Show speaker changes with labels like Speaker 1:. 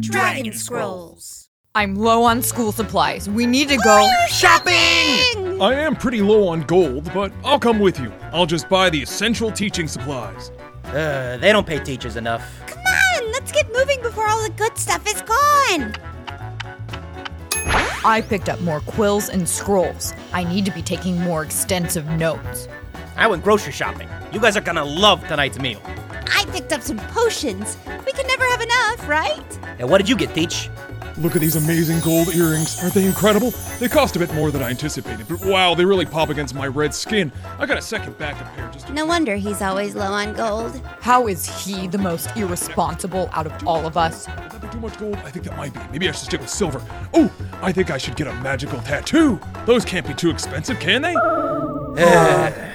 Speaker 1: Dragon Scrolls.
Speaker 2: I'm low on school supplies. We need to go shopping!
Speaker 3: I am pretty low on gold, but I'll come with you. I'll just buy the essential teaching supplies.
Speaker 4: Uh, they don't pay teachers enough.
Speaker 1: Come on, let's get moving before all the good stuff is gone.
Speaker 2: I picked up more quills and scrolls. I need to be taking more extensive notes.
Speaker 4: I went grocery shopping. You guys are gonna love tonight's meal.
Speaker 1: I picked up some potions. We can never have enough, right?
Speaker 4: And what did you get, Teach?
Speaker 3: Look at these amazing gold earrings. Aren't they incredible? They cost a bit more than I anticipated, but wow, they really pop against my red skin. I got a second backup pair just.
Speaker 1: No wonder he's always low on gold.
Speaker 2: How is he the most irresponsible out of all of us?
Speaker 3: Would that be too much gold? I think that might be. Maybe I should stick with silver. Oh, I think I should get a magical tattoo. Those can't be too expensive, can they?
Speaker 4: Uh,